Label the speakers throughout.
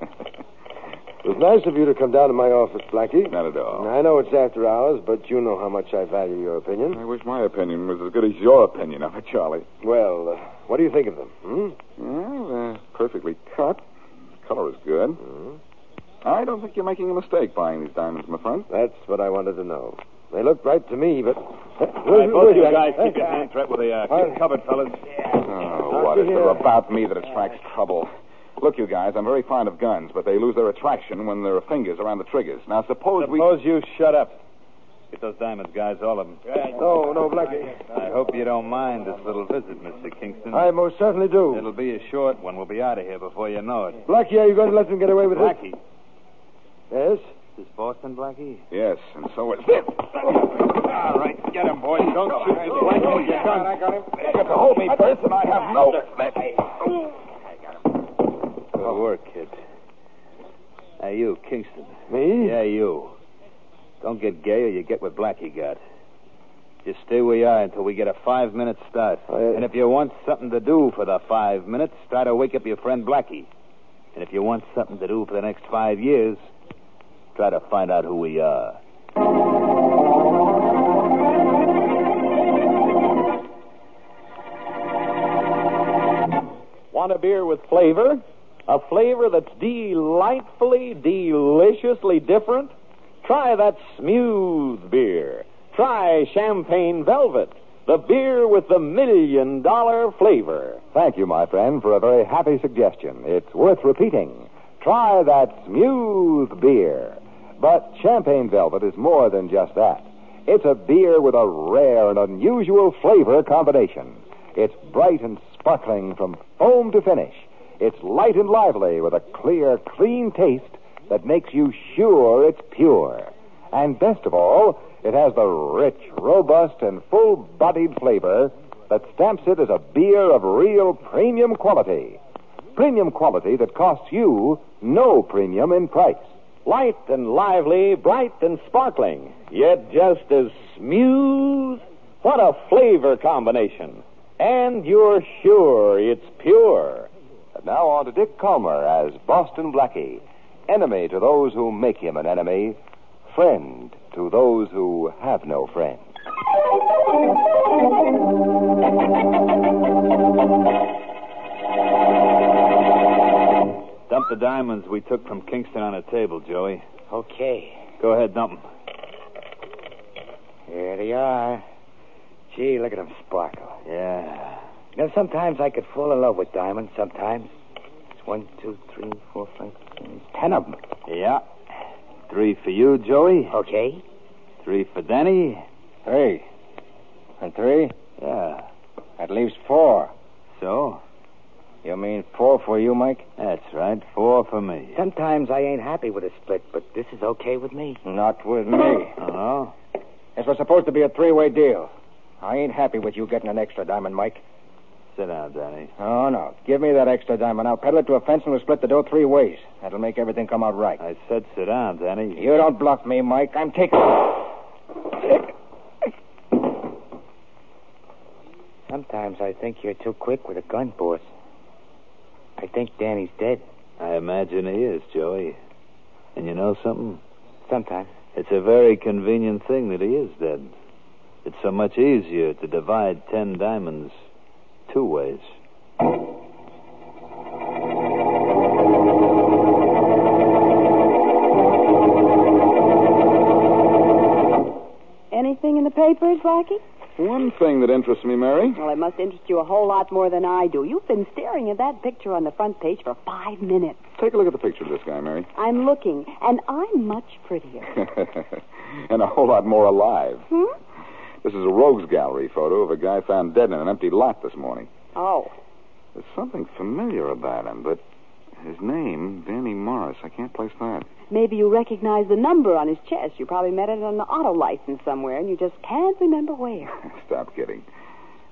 Speaker 1: It was nice of you to come down to my office, Blackie.
Speaker 2: Not at all.
Speaker 1: I know it's after hours, but you know how much I value your opinion.
Speaker 2: I wish my opinion was as good as your opinion of it, Charlie.
Speaker 1: Well, uh, what do you think of them? Hmm?
Speaker 2: Well, they're perfectly cut. Color is good.
Speaker 1: Hmm?
Speaker 2: I don't think you're making a mistake buying these diamonds, my friend.
Speaker 1: That's what I wanted to know. They looked right to me, but.
Speaker 3: All right, both of you guys keep your hands right where they are. uh, Keep
Speaker 1: Huh?
Speaker 3: covered, fellas.
Speaker 2: Oh, what is there about me that attracts trouble? Look, you guys, I'm very fond of guns, but they lose their attraction when there are fingers around the triggers. Now, suppose, we.
Speaker 3: Suppose you shut up. Get those diamonds, guys, all of them.
Speaker 1: No, no, Blackie.
Speaker 3: I hope you don't mind this little visit, Mr. Kingston.
Speaker 1: I most certainly do.
Speaker 3: It'll be a short one. We'll be out of here before you know it.
Speaker 1: Blackie, are you going to let them get away with it?
Speaker 3: Blackie.
Speaker 1: Yes?
Speaker 3: Is Boston Blackie?
Speaker 2: Yes, and so is this.
Speaker 3: All right, get him, boys. Don't shoot me, Blackie, with your gun.
Speaker 2: You have to hold me first, and I have no.
Speaker 3: Good work, kid. Oh. Hey, you, Kingston.
Speaker 1: Me?
Speaker 3: Yeah, you. Don't get gay or you get what Blackie got. Just stay where you are until we get a five minute start.
Speaker 1: I-
Speaker 3: And if you want something to do for the five minutes, try to wake up your friend Blackie. And if you want something to do for the next five years, try to find out who we are.
Speaker 4: Want a beer with flavor? A flavor that's delightfully, deliciously different? Try that smooth beer. Try Champagne Velvet, the beer with the million dollar flavor.
Speaker 2: Thank you, my friend, for a very happy suggestion. It's worth repeating. Try that smooth beer. But Champagne Velvet is more than just that. It's a beer with a rare and unusual flavor combination. It's bright and sparkling from foam to finish. It's light and lively with a clear, clean taste that makes you sure it's pure. And best of all, it has the rich, robust, and full bodied flavor that stamps it as a beer of real premium quality. Premium quality that costs you no premium in price.
Speaker 4: Light and lively, bright and sparkling, yet just as smooth. What a flavor combination. And you're sure it's pure.
Speaker 2: And now on to Dick Calmer as Boston Blackie, enemy to those who make him an enemy, friend to those who have no friend.
Speaker 3: Dump the diamonds we took from Kingston on a table, Joey.
Speaker 5: Okay.
Speaker 3: Go ahead, dump them.
Speaker 5: Here they are. Gee, look at them sparkle.
Speaker 3: Yeah.
Speaker 5: You know, sometimes I could fall in love with diamonds, sometimes. It's one, two, three, four, five, six, ten of them.
Speaker 3: Yeah. Three for you, Joey.
Speaker 5: Okay.
Speaker 3: Three for Denny.
Speaker 5: Three. And three?
Speaker 3: Yeah.
Speaker 5: That leaves four.
Speaker 3: So?
Speaker 5: You mean four for you, Mike?
Speaker 3: That's right. Four for me.
Speaker 5: Sometimes I ain't happy with a split, but this is okay with me. Not with me.
Speaker 3: Oh?
Speaker 5: This was supposed to be a three way deal. I ain't happy with you getting an extra diamond, Mike.
Speaker 3: Sit down, Danny.
Speaker 5: Oh, no. Give me that extra diamond. I'll peddle it to a fence and we'll split the dough three ways. That'll make everything come out right.
Speaker 3: I said sit down, Danny.
Speaker 5: You don't block me, Mike. I'm taking. Sometimes I think you're too quick with a gun, boss. I think Danny's dead.
Speaker 3: I imagine he is, Joey. And you know something?
Speaker 5: Sometimes.
Speaker 3: It's a very convenient thing that he is dead. It's so much easier to divide ten diamonds two ways.
Speaker 6: Anything in the papers, Blackie?
Speaker 2: One thing that interests me, Mary.
Speaker 6: Well, it must interest you a whole lot more than I do. You've been staring at that picture on the front page for five minutes.
Speaker 2: Take a look at the picture of this guy, Mary.
Speaker 6: I'm looking, and I'm much prettier.
Speaker 2: and a whole lot more alive.
Speaker 6: Hmm?
Speaker 2: This is a rogues gallery photo of a guy found dead in an empty lot this morning.
Speaker 6: Oh.
Speaker 2: There's something familiar about him, but his name, Danny Morris, I can't place that.
Speaker 6: Maybe you recognize the number on his chest. You probably met it on the auto license somewhere, and you just can't remember where.
Speaker 2: Stop kidding.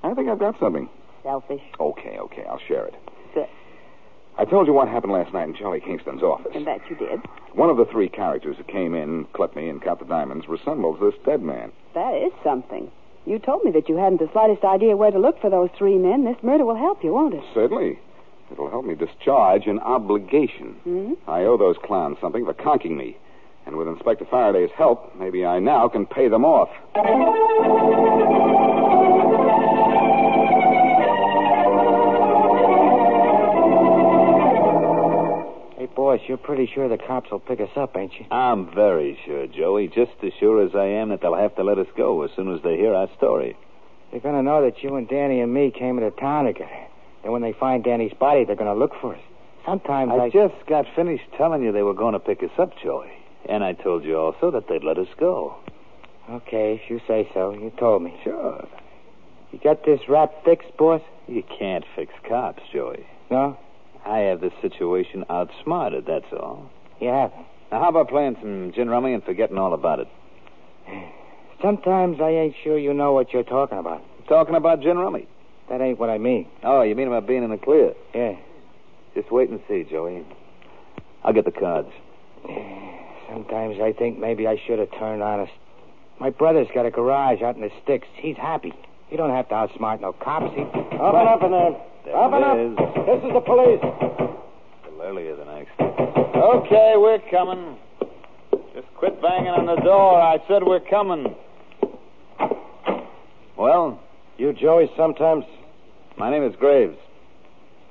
Speaker 2: I think I've got something.
Speaker 6: Selfish.
Speaker 2: Okay, okay, I'll share it.
Speaker 6: Good.
Speaker 2: I told you what happened last night in Charlie Kingston's office.
Speaker 6: And that you did.
Speaker 2: One of the three characters that came in, clipped me, and got the diamonds resembles this dead man.
Speaker 6: That is something. You told me that you hadn't the slightest idea where to look for those three men. This murder will help you, won't it?
Speaker 2: Certainly. It'll help me discharge an obligation.
Speaker 6: Hmm?
Speaker 2: I owe those clowns something for conking me. And with Inspector Faraday's help, maybe I now can pay them off.
Speaker 7: Hey, boss, you're pretty sure the cops will pick us up, ain't you?
Speaker 3: I'm very sure, Joey, just as sure as I am that they'll have to let us go as soon as they hear our story.
Speaker 7: They're gonna know that you and Danny and me came into town together. Then when they find Danny's body, they're gonna look for us. Sometimes I,
Speaker 3: I just got finished telling you they were going to pick us up, Joey. And I told you also that they'd let us go.
Speaker 7: Okay, if you say so. You told me.
Speaker 3: Sure.
Speaker 7: You got this rap fixed, boss?
Speaker 3: You can't fix cops, Joey.
Speaker 7: No?
Speaker 3: I have this situation outsmarted, that's all.
Speaker 7: You have.
Speaker 3: Now, how about playing some gin rummy and forgetting all about it?
Speaker 7: Sometimes I ain't sure you know what you're talking about.
Speaker 3: Talking about gin rummy.
Speaker 7: That ain't what I mean.
Speaker 3: Oh, you mean about being in the clear?
Speaker 7: Yeah.
Speaker 3: Just wait and see, Joey. I'll get the cards.
Speaker 7: Sometimes I think maybe I should have turned honest. My brother's got a garage out in the sticks. He's happy. He don't have to outsmart no cops. He...
Speaker 5: Up and up in there.
Speaker 3: There
Speaker 5: Up and up.
Speaker 3: it is.
Speaker 5: This is the police.
Speaker 3: A little earlier than I expected.
Speaker 5: Okay, we're coming. Just quit banging on the door. I said we're coming.
Speaker 3: Well,
Speaker 5: You, Joey, sometimes.
Speaker 3: my name is Graves.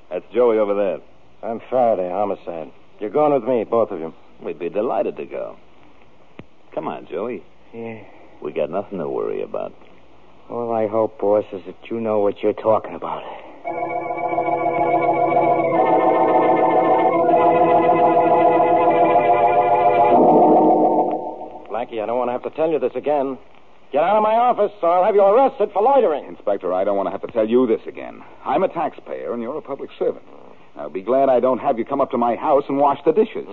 Speaker 3: That's Joey over there.
Speaker 5: I'm Faraday, homicide. You're going with me, both of you.
Speaker 3: We'd be delighted to go. Come on, Joey.
Speaker 7: Yeah.
Speaker 3: We got nothing to worry about.
Speaker 7: All I hope, boss, is that you know what you're talking about.
Speaker 5: Blackie, I don't want to have to tell you this again. Get out of my office, or I'll have you arrested for loitering.
Speaker 2: Inspector, I don't want to have to tell you this again. I'm a taxpayer, and you're a public servant. Now, be glad I don't have you come up to my house and wash the dishes.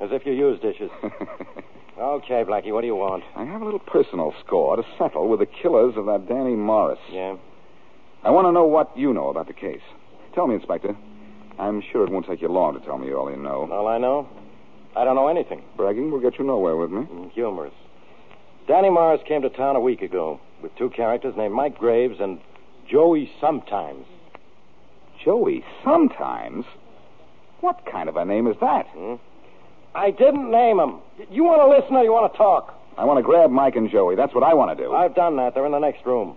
Speaker 5: as if you use dishes. Okay, Blackie, what do you want?
Speaker 2: I have a little personal score to settle with the killers of that Danny Morris.
Speaker 5: Yeah.
Speaker 2: I want to know what you know about the case. Tell me, Inspector. I'm sure it won't take you long to tell me all you know.
Speaker 5: All I know? I don't know anything.
Speaker 2: Bragging will get you nowhere with me.
Speaker 5: Mm, Humorous. Danny Morris came to town a week ago with two characters named Mike Graves and Joey Sometimes.
Speaker 2: Joey, sometimes. What kind of a name is that?
Speaker 5: I didn't name them. You want to listen or you want to talk?
Speaker 2: I want to grab Mike and Joey. That's what I want to do.
Speaker 5: I've done that. They're in the next room.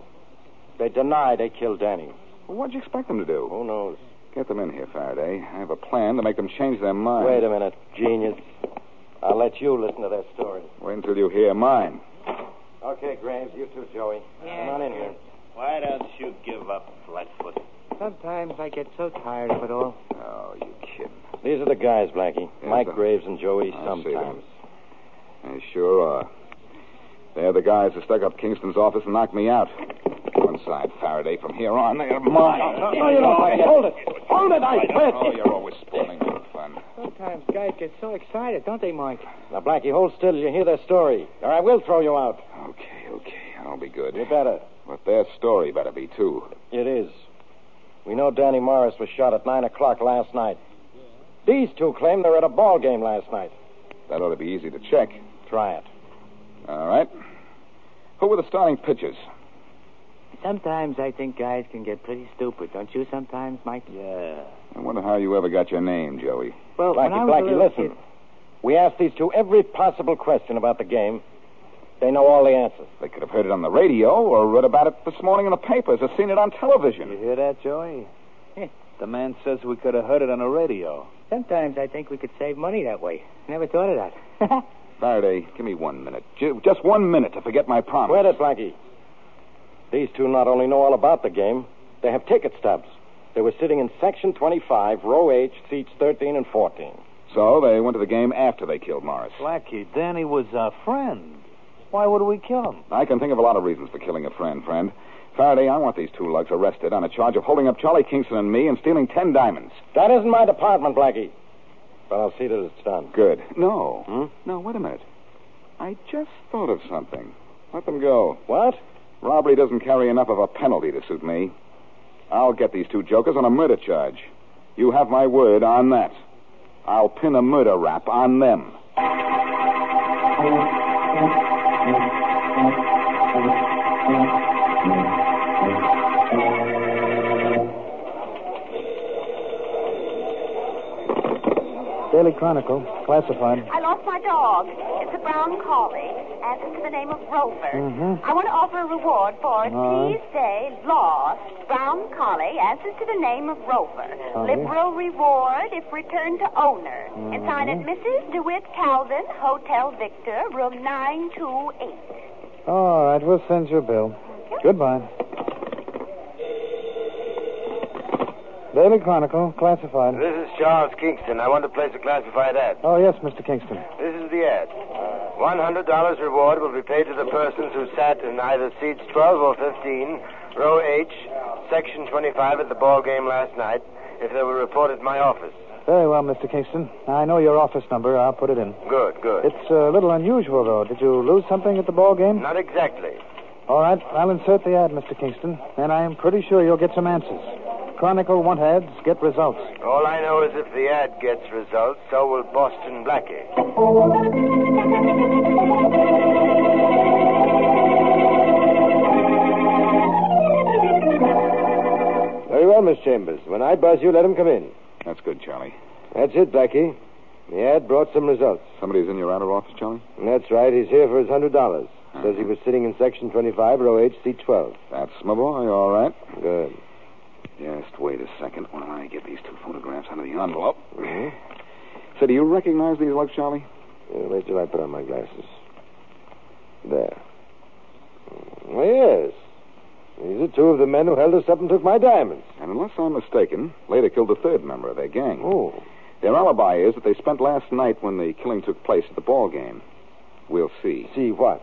Speaker 5: They deny they killed Danny.
Speaker 2: What'd you expect them to do?
Speaker 5: Who knows?
Speaker 2: Get them in here, Faraday. I have a plan to make them change their mind.
Speaker 5: Wait a minute, genius. I'll let you listen to their story.
Speaker 2: Wait until you hear mine.
Speaker 5: Okay, Graves, you too, Joey. Come on in here.
Speaker 3: Why don't you give up, Flatfoot?
Speaker 7: Sometimes I get so tired of it all.
Speaker 2: Oh, you kidding.
Speaker 5: These are the guys, Blackie.
Speaker 2: Yes,
Speaker 5: Mike
Speaker 2: sir.
Speaker 5: Graves and Joey
Speaker 2: I see them.
Speaker 5: Sometimes.
Speaker 2: They sure are. They're the guys that stuck up Kingston's office and knocked me out. One side, Faraday. From here on, they are mine.
Speaker 5: No, no, you don't, Blackie. Hold it. Hold it, I said.
Speaker 2: Oh, you're always spoiling my fun.
Speaker 7: Sometimes guys get so excited, don't they, Mike?
Speaker 5: Now, Blackie, hold still till you hear their story, or I will throw you out.
Speaker 2: Okay, okay. I'll be good.
Speaker 5: You better.
Speaker 2: But their story better be, too.
Speaker 5: It is. We know Danny Morris was shot at 9 o'clock last night. These two claim they were at a ball game last night.
Speaker 2: That ought to be easy to check.
Speaker 5: Try it.
Speaker 2: All right. Who were the starting pitchers?
Speaker 7: Sometimes I think guys can get pretty stupid, don't you? Sometimes, Mike.
Speaker 3: Yeah.
Speaker 2: I wonder how you ever got your name, Joey.
Speaker 7: Well, when I
Speaker 5: Blackie,
Speaker 7: was a
Speaker 5: Blackie,
Speaker 7: little
Speaker 5: listen.
Speaker 7: kid-
Speaker 5: We asked these two every possible question about the game. They know all the answers.
Speaker 2: They could have heard it on the radio or read about it this morning in the papers or seen it on
Speaker 3: You
Speaker 2: television.
Speaker 3: hear that, Joey? the man says we could have heard it on the radio.
Speaker 7: Sometimes I think we could save money that way. Never thought of that.
Speaker 2: Faraday, give me one minute. Ju- Just one minute to forget my promise.
Speaker 5: Wait it, Blackie. These two not only know all about the game, they have ticket stubs. They were sitting in section 25, row H, seats 13 and 14.
Speaker 2: So they went to the game after they killed Morris.
Speaker 3: Blackie, Danny was our friend. Why would we kill him?
Speaker 2: I can think of a lot of reasons for killing a friend, friend. Faraday, I want these two lugs arrested on a charge of holding up Charlie Kingston and me and stealing ten diamonds.
Speaker 8: That isn't my department, Blackie. But I'll see that it's done.
Speaker 2: Good. No. No, wait a minute. I just thought of something. Let them go.
Speaker 8: What?
Speaker 2: Robbery doesn't carry enough of a penalty to suit me. I'll get these two jokers on a murder charge. You have my word on that. I'll pin a murder rap on them.
Speaker 3: Daily Chronicle, classified.
Speaker 9: I lost my dog. It's a brown collie, and it's under the name of Rover.
Speaker 3: Mhm.
Speaker 9: I want to offer a reward for it.
Speaker 3: All right.
Speaker 9: Please say lost brown collie, answers to the name of Rover.
Speaker 3: Collie. Mm-hmm.
Speaker 9: Liberal reward if returned to owner. And sign it Mrs. DeWitt Calvin, Hotel Victor, room 928.
Speaker 3: All right, we'll send you a bill. Goodbye. Daily Chronicle, classified.
Speaker 5: This is Charles Kingston. I want to place a classified ad.
Speaker 3: Oh, yes, Mr. Kingston.
Speaker 5: This is the ad. $100 reward will be paid to the persons who sat in either seats 12 or 15, row H, section 25 at the ball game last night if they were reported at my office.
Speaker 3: Very well, Mr. Kingston. I know your office number. I'll put it in.
Speaker 5: Good, good.
Speaker 3: It's a little unusual, though. Did you lose something at the ball game?
Speaker 5: Not exactly.
Speaker 3: All right, I'll insert the ad, Mr. Kingston, and I'm pretty sure you'll get some answers. Chronicle want ads, get results.
Speaker 5: All I know is if the ad gets results, so will Boston Blackie. Very well, Miss Chambers. When I buzz you, let him come in.
Speaker 2: That's good, Charlie.
Speaker 5: That's it, Blackie. The ad brought some results.
Speaker 2: Somebody's in your outer office, Charlie?
Speaker 5: And that's right. He's here for his hundred dollars. Says he was sitting in section twenty-five, row H, seat twelve.
Speaker 2: That's my boy, all right.
Speaker 5: Good.
Speaker 2: Just wait a second while I get these two photographs out of the envelope.
Speaker 5: Mm-hmm.
Speaker 2: So, do you recognize these lugs, Charlie?
Speaker 5: Yeah, wait till I put on my glasses. There. Oh, yes. These are two of the men who held us up and took my diamonds.
Speaker 2: And unless I'm mistaken, later killed a third member of their gang.
Speaker 5: Oh.
Speaker 2: Their alibi is that they spent last night when the killing took place at the ball game. We'll see.
Speaker 5: See what?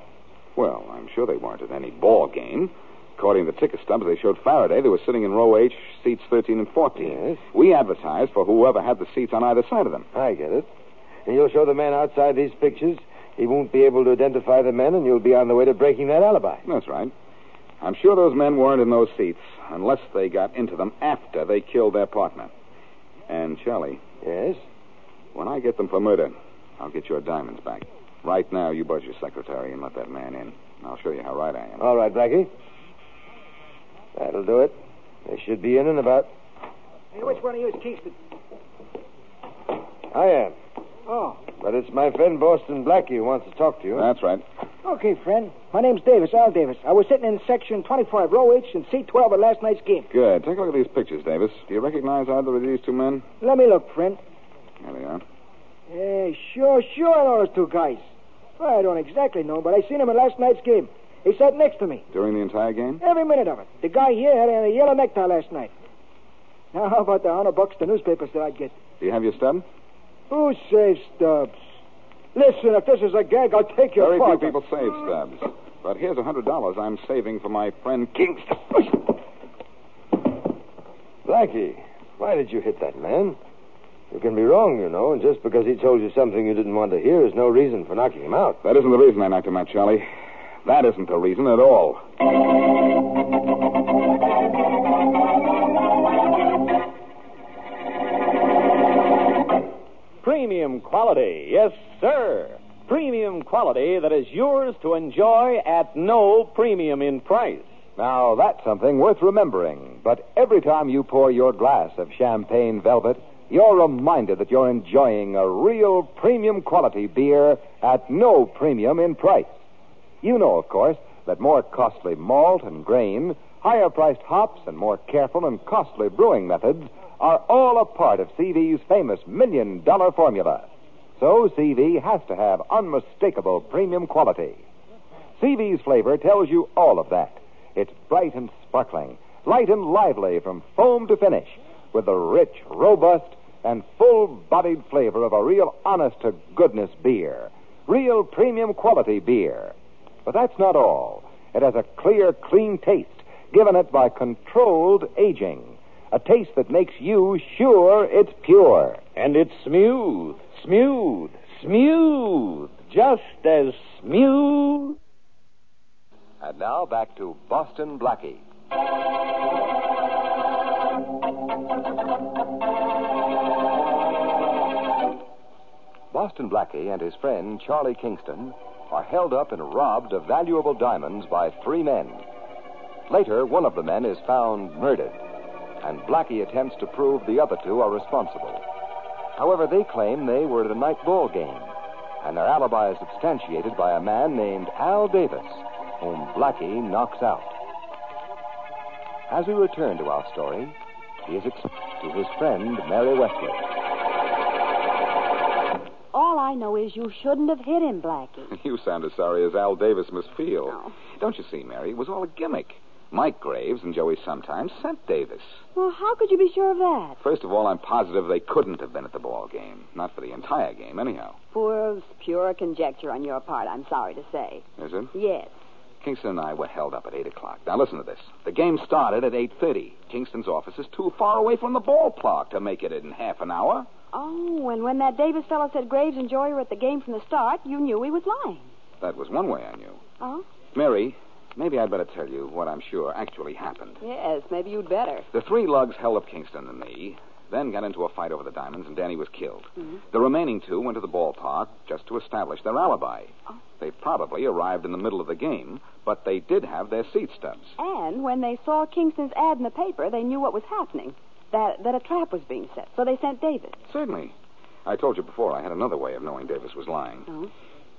Speaker 2: Well, I'm sure they weren't at any ball game. According to the ticket stubs they showed Faraday, they were sitting in row H, seats 13 and 14.
Speaker 5: Yes.
Speaker 2: We advertised for whoever had the seats on either side of them.
Speaker 5: I get it. And you'll show the man outside these pictures. He won't be able to identify the men, and you'll be on the way to breaking that alibi.
Speaker 2: That's right. I'm sure those men weren't in those seats unless they got into them after they killed their partner. And, Charlie,
Speaker 5: Yes?
Speaker 2: when I get them for murder, I'll get your diamonds back. Right now, you buzz your secretary and let that man in. I'll show you how right I am.
Speaker 5: All right, Blackie. That'll do it. They should be in and about.
Speaker 10: Hey, which one of you is Kingston?
Speaker 5: I am.
Speaker 10: Oh,
Speaker 5: But it's my friend Boston Blackie who wants to talk to you.
Speaker 2: That's right.
Speaker 10: okay, friend. My name's Davis, Al Davis. I was sitting in section 25, row H, and seat 12 at last night's game.
Speaker 2: Good. Take a look at these pictures, Davis. Do you recognize either of these two men?
Speaker 10: Let me look, friend.
Speaker 2: There they are.
Speaker 10: Hey, sure, sure, I know those two guys. Well, I don't exactly know, but I seen him at last night's game. He sat next to me,
Speaker 2: During the entire game?
Speaker 10: every minute of it. The guy here had a yellow necktie last night. Now, how about the hundred bucks the newspapers said I'd get?
Speaker 2: Do you have your stub?
Speaker 10: Who says stubs? Listen, if this is a gag, I'll take your
Speaker 2: Very few
Speaker 10: part.
Speaker 2: people save stubs. But here's a hundred dollars I'm saving for my friend Kingston.
Speaker 5: Blackie, why did you hit that man? You can be wrong, you know, and just because he told you something you didn't want to hear is no reason for knocking him out.
Speaker 2: That isn't the reason I knocked him out, Charlie. That isn't the reason at all.
Speaker 8: Premium quality, yes, sir. Premium quality that is yours to enjoy at no premium in price.
Speaker 11: Now, that's something worth remembering. But every time you pour your glass of champagne velvet, you're reminded that you're enjoying a real premium quality beer at no premium in price. You know, of course, that more costly malt and grain, higher priced hops, and more careful and costly brewing methods are all a part of CV's famous million dollar formula. So CV has to have unmistakable premium quality. CV's flavor tells you all of that. It's bright and sparkling, light and lively from foam to finish, with the rich, robust, and full bodied flavor of a real honest to goodness beer. Real premium quality beer. But that's not all. It has a clear, clean taste,
Speaker 12: given it by controlled aging. A taste that makes you sure it's pure.
Speaker 5: And it's smooth, smooth, smooth, just as smooth.
Speaker 12: And now back to Boston Blackie. Boston Blackie and his friend Charlie Kingston are held up and robbed of valuable diamonds by three men. Later, one of the men is found murdered, and Blackie attempts to prove the other two are responsible. However, they claim they were at a night ball game, and their alibi is substantiated by a man named Al Davis, whom Blackie knocks out. As we return to our story, he is explained to his friend Mary Westwood.
Speaker 6: All I know is you shouldn't have hit him, Blackie.
Speaker 2: You sound as sorry as Al Davis must feel.
Speaker 6: Oh.
Speaker 2: Don't you see, Mary? It was all a gimmick. Mike Graves and Joey sometimes sent Davis.
Speaker 6: Well, how could you be sure of that?
Speaker 2: First of all, I'm positive they couldn't have been at the ball game. Not for the entire game, anyhow.
Speaker 6: Poor, pure conjecture on your part, I'm sorry to say.
Speaker 2: Is it?
Speaker 6: Yes.
Speaker 2: Kingston and I were held up at eight o'clock. Now listen to this. The game started at eight thirty. Kingston's office is too far away from the ballpark to make it in half an hour.
Speaker 6: Oh, and when that Davis fellow said Graves and Joy were at the game from the start, you knew he was lying.
Speaker 2: That was one way I knew.
Speaker 6: Oh?
Speaker 2: Mary, maybe I'd better tell you what I'm sure actually happened.
Speaker 6: Yes, maybe you'd better.
Speaker 2: The three lugs held up Kingston and me, then got into a fight over the diamonds, and Danny was killed.
Speaker 6: Mm-hmm.
Speaker 2: The remaining two went to the ballpark just to establish their alibi.
Speaker 6: Oh.
Speaker 2: They probably arrived in the middle of the game, but they did have their seat stubs.
Speaker 6: And when they saw Kingston's ad in the paper, they knew what was happening. That, that a trap was being set, so they sent Davis.
Speaker 2: Certainly. I told you before I had another way of knowing Davis was lying.
Speaker 6: Oh.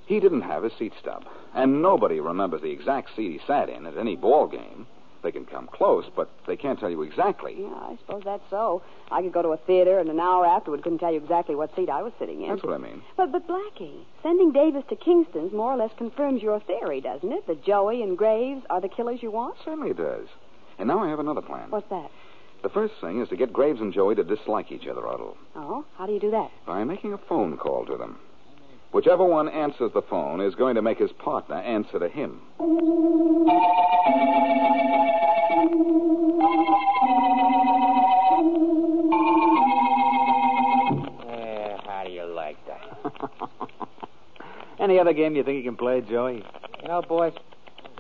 Speaker 2: He didn't have his seat stub, and nobody remembers the exact seat he sat in at any ball game. They can come close, but they can't tell you exactly.
Speaker 6: Yeah, I suppose that's so. I could go to a theater, and an hour afterward couldn't tell you exactly what seat I was sitting in.
Speaker 2: That's what I mean.
Speaker 6: But, but Blackie, sending Davis to Kingston's more or less confirms your theory, doesn't it? That Joey and Graves are the killers you want?
Speaker 2: Certainly it does. And now I have another plan.
Speaker 6: What's that?
Speaker 2: The first thing is to get Graves and Joey to dislike each other a little
Speaker 6: Oh, how do you do that?
Speaker 2: by making a phone call to them. Whichever one answers the phone is going to make his partner answer to him.
Speaker 7: Yeah, Eh, how do you like that?
Speaker 3: Any other game you think you can play, Joey?
Speaker 7: You know, boys,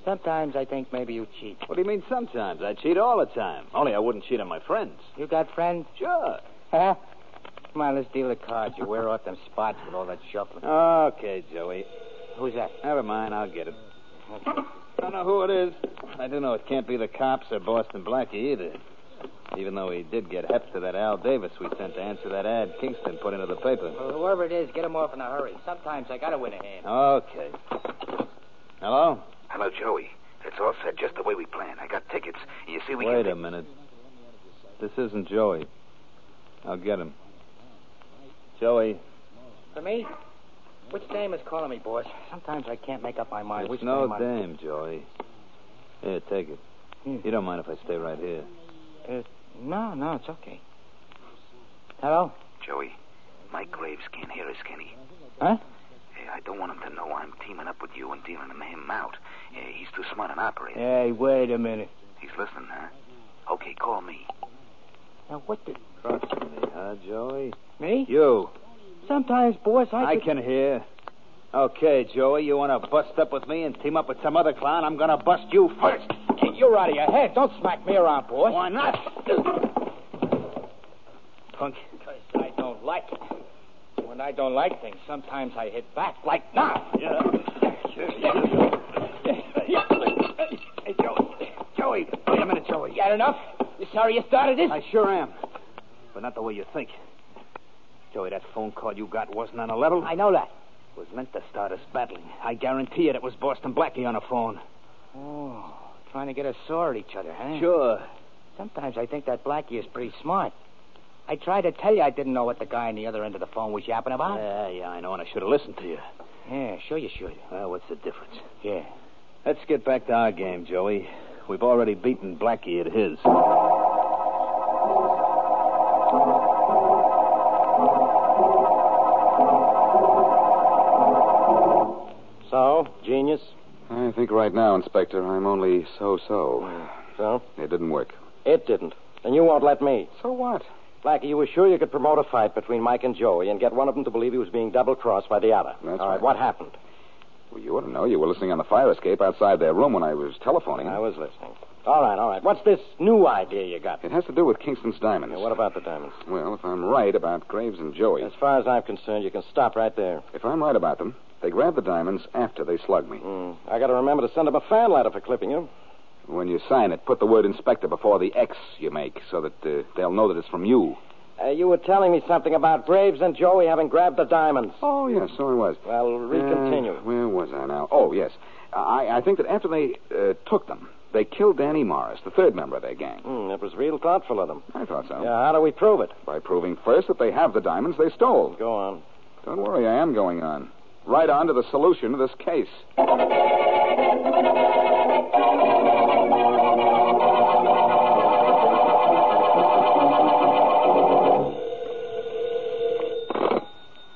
Speaker 7: sometimes I think maybe you cheat.
Speaker 3: What do you mean sometimes? I cheat all the time. Only I wouldn't cheat on my friends.
Speaker 7: You got friends?
Speaker 3: Sure.
Speaker 7: Huh? Come on, let's deal the cards. You wear off them spots with all that shuffling.
Speaker 3: Okay, Joey.
Speaker 7: Who's that?
Speaker 3: Never mind, I'll get it. I don't know who it is. I do know it can't be the cops or Boston Blackie either. Even though he did get hep to that Al Davis we sent to answer that ad Kingston put into the paper.
Speaker 7: Well, whoever it is, get him off in a hurry. Sometimes I gotta win a hand.
Speaker 3: Okay. Hello?
Speaker 13: Hello, Joey. It's all set just the way we planned. I got tickets. You see, we
Speaker 3: Wait a
Speaker 13: can...
Speaker 3: minute. This isn't Joey. I'll get him. Joey,
Speaker 7: For me? Which dame is calling me, boys? Sometimes I can't make up my mind.
Speaker 3: it's
Speaker 7: Which
Speaker 3: no
Speaker 7: dame? I-
Speaker 3: damn, Joey. Here, take it.
Speaker 7: Hmm.
Speaker 3: You don't mind if I stay right here.
Speaker 7: No, no, it's okay. Hello?
Speaker 13: Joey, Mike Graves can't hear us, can he?
Speaker 7: Huh?
Speaker 13: Yeah, I don't want him to know I'm teaming up with you and dealing him- him out. Yeah, he's too smart an operator.
Speaker 7: Hey, wait a minute.
Speaker 13: He's listening, huh? Okay, call me.
Speaker 7: Now, what did.
Speaker 3: Trust me, huh, Joey?
Speaker 7: Me?
Speaker 3: You.
Speaker 7: Sometimes, boys, I.
Speaker 3: I
Speaker 7: could-
Speaker 3: can hear. Okay, Joey, you want to bust up with me and team up with some other clown? I'm going to bust you first.
Speaker 7: Hey, you're out of your head. Don't smack me around, boy.
Speaker 3: Why not? Punk.
Speaker 7: Because I don't like it. When I don't like things, sometimes I hit back, like now. Yeah. Hey, Joey. Joey, wait a minute, Joey. You had enough? You sorry you started this?
Speaker 3: I sure am. But not the way you think. Joey, that phone call you got wasn't on a level.
Speaker 7: I know that.
Speaker 3: was meant to start us battling. I guarantee it. It was Boston Blackie on the phone.
Speaker 7: Oh, trying to get us sore at each other, huh?
Speaker 3: Sure.
Speaker 7: Sometimes I think that Blackie is pretty smart. I tried to tell you I didn't know what the guy on the other end of the phone was yapping about.
Speaker 5: Uh.
Speaker 3: Yeah, yeah, I know, and I should have listened to you.
Speaker 7: yeah, sure you should.
Speaker 3: Well, what's the difference?
Speaker 7: Yeah.
Speaker 3: Let's get back to our game, Joey. We've already beaten Blackie at his.
Speaker 5: So, genius?
Speaker 2: I think right now, Inspector, I'm only so so. So? It didn't work.
Speaker 14: It didn't. And you won't let me.
Speaker 2: So what?
Speaker 14: Blackie, you were sure you could promote a fight between Mike and Joey and get one of them to believe he was being double crossed by the other.
Speaker 2: That's
Speaker 14: All right,
Speaker 2: right.
Speaker 14: what happened?
Speaker 2: Well, you ought to know. You were listening on the fire escape outside their room when I was telephoning.
Speaker 14: I was listening. All right, all right. What's this new idea you got?
Speaker 2: It has to do with Kingston's diamonds.
Speaker 14: Yeah, what about the diamonds?
Speaker 2: Well, if I'm right about Graves and Joey.
Speaker 14: As far as I'm concerned, you can stop right there.
Speaker 2: If I'm right about them, they grabbed the diamonds after they slugged me.
Speaker 14: I got to remember to send him a fan letter for clipping you.
Speaker 2: When you sign it, put the word inspector before the X you make so that uh, they'll know that it's from you.
Speaker 14: Uh, you were telling me something about Graves and Joey having grabbed the diamonds.
Speaker 2: Oh, yes, so I was.
Speaker 14: Well, Uh, recontinue.
Speaker 2: Uh, where was I now? Oh, yes. I, I think that after they uh, took them, they killed Danny Morris, the third member of their gang.
Speaker 15: Mm.
Speaker 14: Hmm, it was real thoughtful of them.
Speaker 2: I thought so.
Speaker 14: Yeah, how do we prove it?
Speaker 2: By proving first that they have the diamonds they stole.
Speaker 14: Go on.
Speaker 2: Don't worry, I am going on. Right on to the solution of this case.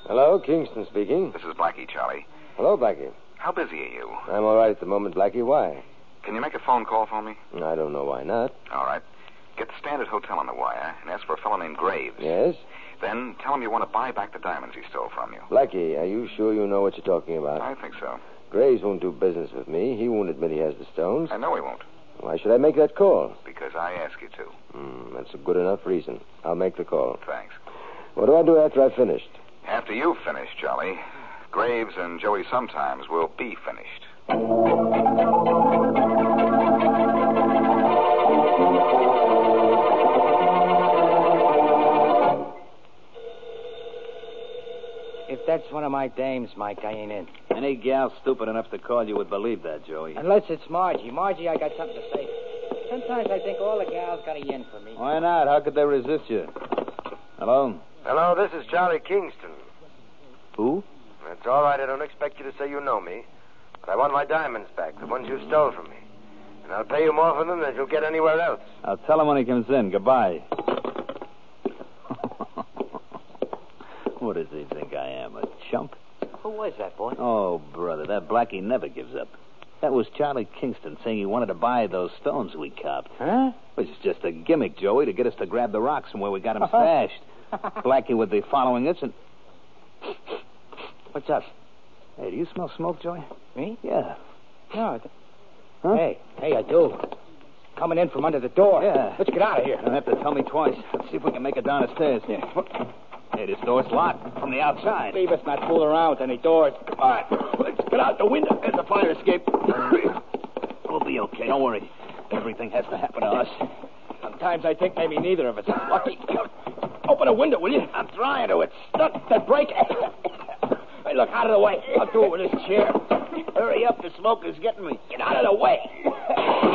Speaker 15: Hello, Kingston speaking.
Speaker 16: This is Blackie, Charlie.
Speaker 15: Hello, Blackie.
Speaker 16: How busy are you?
Speaker 15: I'm all right at the moment, Blackie. Why?
Speaker 16: Can you make a phone call for me?
Speaker 15: I don't know why not.
Speaker 16: All right. Get the Standard Hotel on the wire and ask for a fellow named Graves.
Speaker 15: Yes?
Speaker 16: Then tell him you want to buy back the diamonds he stole from you.
Speaker 15: Blackie, are you sure you know what you're talking about?
Speaker 16: I think so.
Speaker 15: Graves won't do business with me. He won't admit he has the stones.
Speaker 16: I know he won't,
Speaker 15: Why should I make that call?
Speaker 16: because I ask you to.
Speaker 15: Hmm, that's a good enough reason. I'll make the call.
Speaker 16: Thanks.
Speaker 15: What do I do after I've finished?
Speaker 16: After you finish, Charlie, Graves and Joey sometimes will be finished.
Speaker 5: If that's one of my dames, Mike, I ain't in.
Speaker 3: Any gal stupid enough to call you would believe that, Joey.
Speaker 5: Unless it's Margie. Margie, I got something to say. Sometimes I think all the gals got a yin for me.
Speaker 3: Why not? How could they resist you? Hello?
Speaker 15: Hello, this is Charlie Kingston.
Speaker 3: Who?
Speaker 15: That's all right. I don't expect you to say you know me. But I want my diamonds back, the ones you stole from me. And I'll pay you more for them than you'll get anywhere else.
Speaker 3: I'll tell him when he comes in. Goodbye. what does he think I am, a chump?
Speaker 5: Who was that boy?
Speaker 3: Oh, brother, that Blackie never gives up. That was Charlie Kingston saying he wanted to buy those stones we copped.
Speaker 5: Huh?
Speaker 3: Which is just a gimmick, Joey, to get us to grab the rocks from where we got 'em
Speaker 5: Uh-huh.
Speaker 3: stashed. Blackie would be following us and. What's up? Hey, do you smell smoke, Joey?
Speaker 5: Me?
Speaker 3: Yeah.
Speaker 5: No. it-
Speaker 3: Huh?
Speaker 5: Hey, hey, I do. Coming in from under the door.
Speaker 3: Yeah.
Speaker 5: Let's get out of here.
Speaker 3: You don't have to tell me twice. Let's see if we can make it down the stairs here. Hey, this door's locked from the outside.
Speaker 5: Leave us not fool around with any doors.
Speaker 3: Come on. Let's get out the window. There's a fire escape. We'll be okay. Don't worry. Everything has to happen to us.
Speaker 5: Sometimes I think maybe neither of us is lucky. Open a window, will you? I'm trying to. It's stuck. The brake. hey, look, out of the way. I'll do it with this chair.
Speaker 3: Hurry up. The smoke is getting me.
Speaker 5: Get out of the way.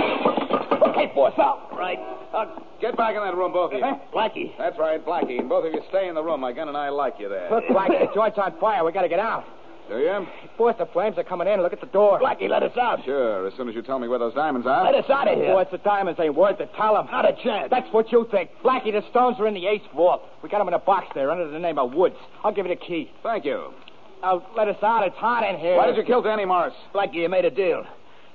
Speaker 5: Okay, force out.
Speaker 3: Right. Uh,
Speaker 2: Get back in that room, both of you.
Speaker 5: Blackie.
Speaker 2: That's right, Blackie. And both of you stay in the room. My gun and I like you there.
Speaker 5: Look, Blackie, the joint's on fire. We gotta get out.
Speaker 2: Do you?
Speaker 5: Force, the flames are coming in. Look at the door. Blackie, let us out.
Speaker 2: Sure, as soon as you tell me where those diamonds are.
Speaker 5: Let us out of here. Force, the diamonds ain't worth it. Tell 'em. Not a chance. That's what you think. Blackie, the stones are in the eighth vault. We got 'em in a box there under the name of Woods. I'll give you the key.
Speaker 2: Thank you.
Speaker 5: Now, let us out. It's hot in here.
Speaker 2: Why did you kill Danny Morris?
Speaker 3: Blackie, you made a deal.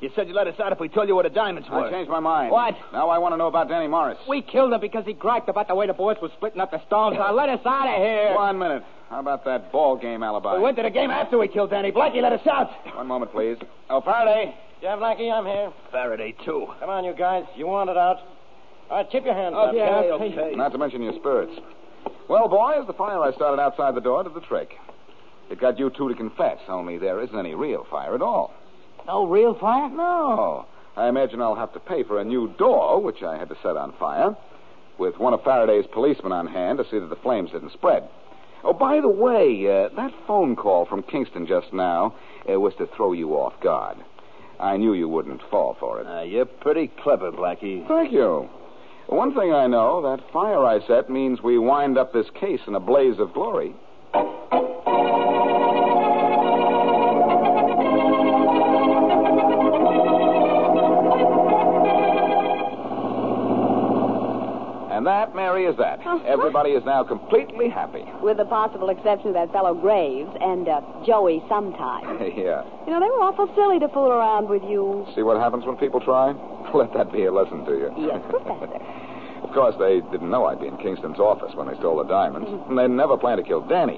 Speaker 3: You said you'd let us out if we told you where the diamonds
Speaker 2: I changed my mind.
Speaker 5: What?
Speaker 2: Now I want to know about Danny Morris.
Speaker 5: We killed him because he griped about the way the boys were splitting up the stones. Now let us out of here.
Speaker 2: One minute. How about that ball game alibi?
Speaker 5: We went to the game after we killed Danny. Blackie, let us out.
Speaker 2: One moment, please.
Speaker 5: Oh, Faraday. Yeah, Blackie, I'm here.
Speaker 3: Faraday, too.
Speaker 5: Come on, you guys. You want it out. All right, keep your hands up.
Speaker 2: Not to mention your spirits. Well, boys, the fire I started outside the door did the trick. It got you two to confess, only there isn't any real fire at all.
Speaker 5: No real fire?
Speaker 2: No. I imagine I'll have to pay for a new door, which I had to set on fire, with one of Faraday's policemen on hand to see that the flames didn't spread. Oh, by the way, uh, that phone call from Kingston just now uh, was to throw you off guard. I knew you wouldn't fall for it.
Speaker 3: Uh, you're pretty clever, Blackie.
Speaker 2: Thank you. One thing I know that fire I set means we wind up this case in a blaze of glory. And that, Mary, is that. Everybody is now completely happy.
Speaker 6: With the possible exception of that fellow Graves and uh, Joey sometimes.
Speaker 2: yeah.
Speaker 6: You know, they were awful silly to fool around with you.
Speaker 2: See what happens when people try?
Speaker 17: let that be a lesson to you.
Speaker 6: Yes, Professor.
Speaker 17: of course, they didn't know I'd be in Kingston's office when they stole the diamonds, and they never planned to kill Danny.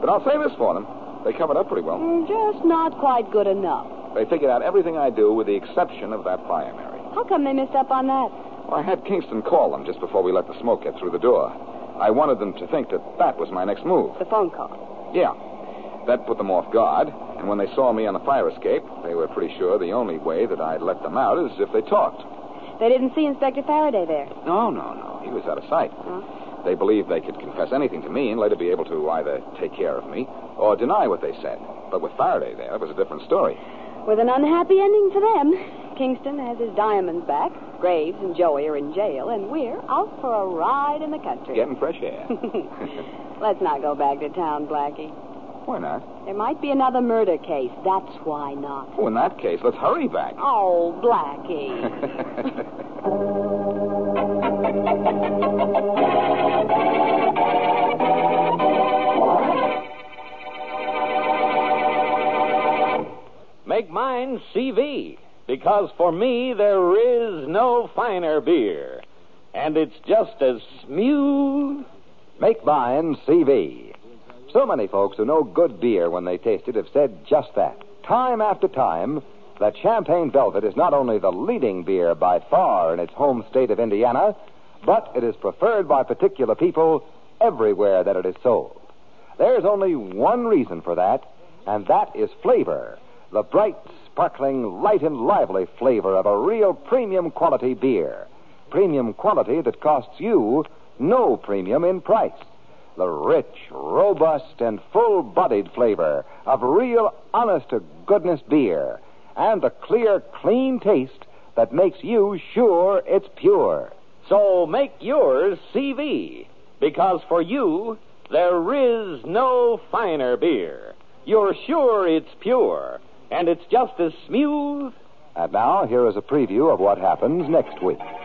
Speaker 17: But I'll say this for them they covered up pretty well.
Speaker 6: Mm, Just not quite good enough.
Speaker 17: They figured out everything I do with the exception of that fire, Mary.
Speaker 6: How come they missed up on that?
Speaker 17: Well, I had Kingston call them just before we let the smoke get through the door. I wanted them to think that that was my next move.
Speaker 6: The phone call.
Speaker 17: Yeah. That put them off guard, and when they saw me on the fire escape, they were pretty sure the only way that I'd let them out is if they talked.
Speaker 6: They didn't see Inspector Faraday there.
Speaker 17: No, no, no. He was out of sight. They believed they could confess anything to me and later be able to either take care of me or deny what they said. But with Faraday there, it was a different story.
Speaker 6: With an unhappy ending for them. Kingston has his diamonds back. Graves and Joey are in jail, and we're out for a ride in the country.
Speaker 17: Getting fresh air.
Speaker 6: Let's not go back to town, Blackie.
Speaker 17: Why not?
Speaker 6: There might be another murder case. That's why not.
Speaker 17: Oh, in that case, let's hurry back.
Speaker 6: Oh, Blackie.
Speaker 3: Make mine CV, because for me there is no finer beer. And it's just as smooth.
Speaker 2: Make mine CV. So many folks who know good beer when they taste it have said just that, time after time, that Champagne Velvet is not only the leading beer by far in its home state of Indiana, but it is preferred by particular people everywhere that it is sold. There's only one reason for that, and that is flavor. The bright, sparkling, light and lively flavor of a real premium quality beer. Premium quality that costs you no premium in price the rich, robust, and full bodied flavor of real, honest to goodness beer, and the clear, clean taste that makes you sure it's pure.
Speaker 3: So make yours CV, because for you there is no finer beer. You're sure it's pure, and it's just as smooth.
Speaker 2: And now, here is a preview of what happens next week.